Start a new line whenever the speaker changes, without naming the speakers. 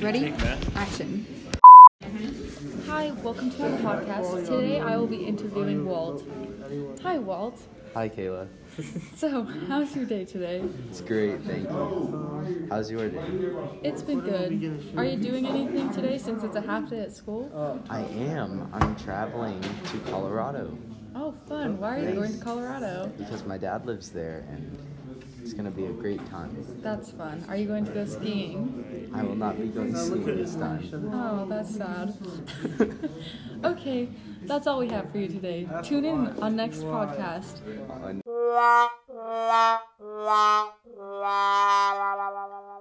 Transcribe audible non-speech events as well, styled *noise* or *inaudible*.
Ready? Action.
Hi, welcome to my podcast. Today I will be interviewing Walt. Hi, Walt.
Hi, Kayla.
So, how's your day today?
It's great, thank you. How's your day?
It's been good. Are you doing anything today since it's a half day at school?
I am. I'm traveling to Colorado
Oh, fun. Why are you going to Colorado?
because my dad lives there and it's going to be a great time.
That's fun. Are you going to go skiing?
I will not be going skiing this time.
Oh, that's sad. *laughs* okay, that's all we have for you today. Tune in on next podcast.
On
la la la la la la la la